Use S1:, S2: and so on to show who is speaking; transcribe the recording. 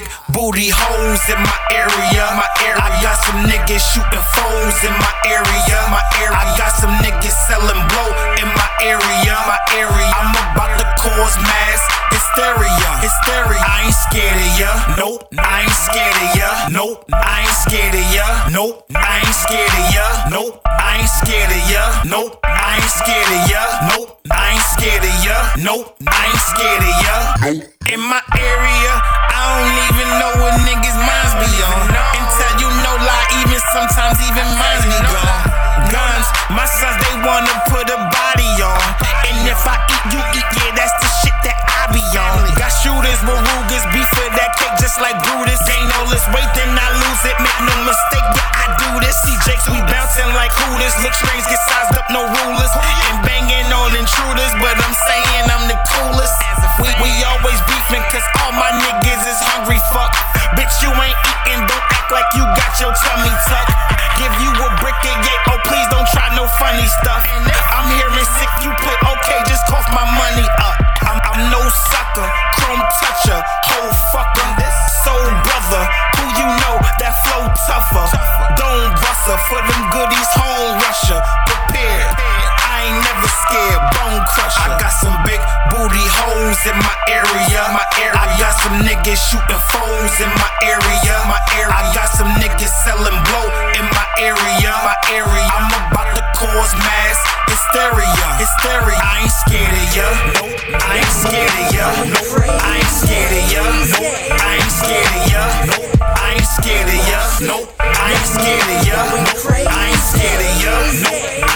S1: be hoes in my area. My area. I got some niggas shooting foes in my area. My area. I got some niggas selling blow in my area. My area. I'm about to cause mass hysteria. Hysteria. I ain't scared of ya. Nope. I ain't scared of ya. Nope. I ain't scared of ya. Nope. I ain't scared of ya. Nope. I ain't scared of ya. Nope. I ain't scared of ya. Nope. I ain't scared of ya. Nope. I ain't scared of ya. In my area, I don't even know what niggas' minds be on. Until you know lie, even sometimes even minds be gone. Guns, my sons, they wanna put a body on. And if I eat, you eat, yeah, that's the shit that I be on. Got shooters with Rugers, beef for that cake just like Brutus. Gain all this weight, then I lose it. Make no mistake, yeah, I do this. See Jakes, we bouncing like hooters. Look strange, get sized up, no rulers. And banging on intruders, but I'm saying I'm the coolest. We, we always beefing, cause all my niggas is hungry, fuck. Bitch, you ain't eating, don't act like you got your tummy tucked. Give you a brick and yeah, oh please don't try no funny stuff. I'm hearing sick, you put okay, just cough my money up. I'm, I'm no sucker, chrome toucher, whole fucker. Soul brother, who you know that flow tougher. Don't buster for them goodies, home rusher. Prepare, I ain't never scared, bone crusher. I got some big booty hoes in my area. My area. I got some niggas shooting foes in my area. My area. I got some niggas selling blow in my area. My area. I'm about to cause mass hysteria. Hysteria. I ain't scared of ya. Nope. I ain't scared of ya. Nope. I ain't scared of ya. Nope. I ain't scared of ya. Nope. I ain't scared of ya. Nope. I ain't scared of ya. Nope. I ain't scared of ya. Nope.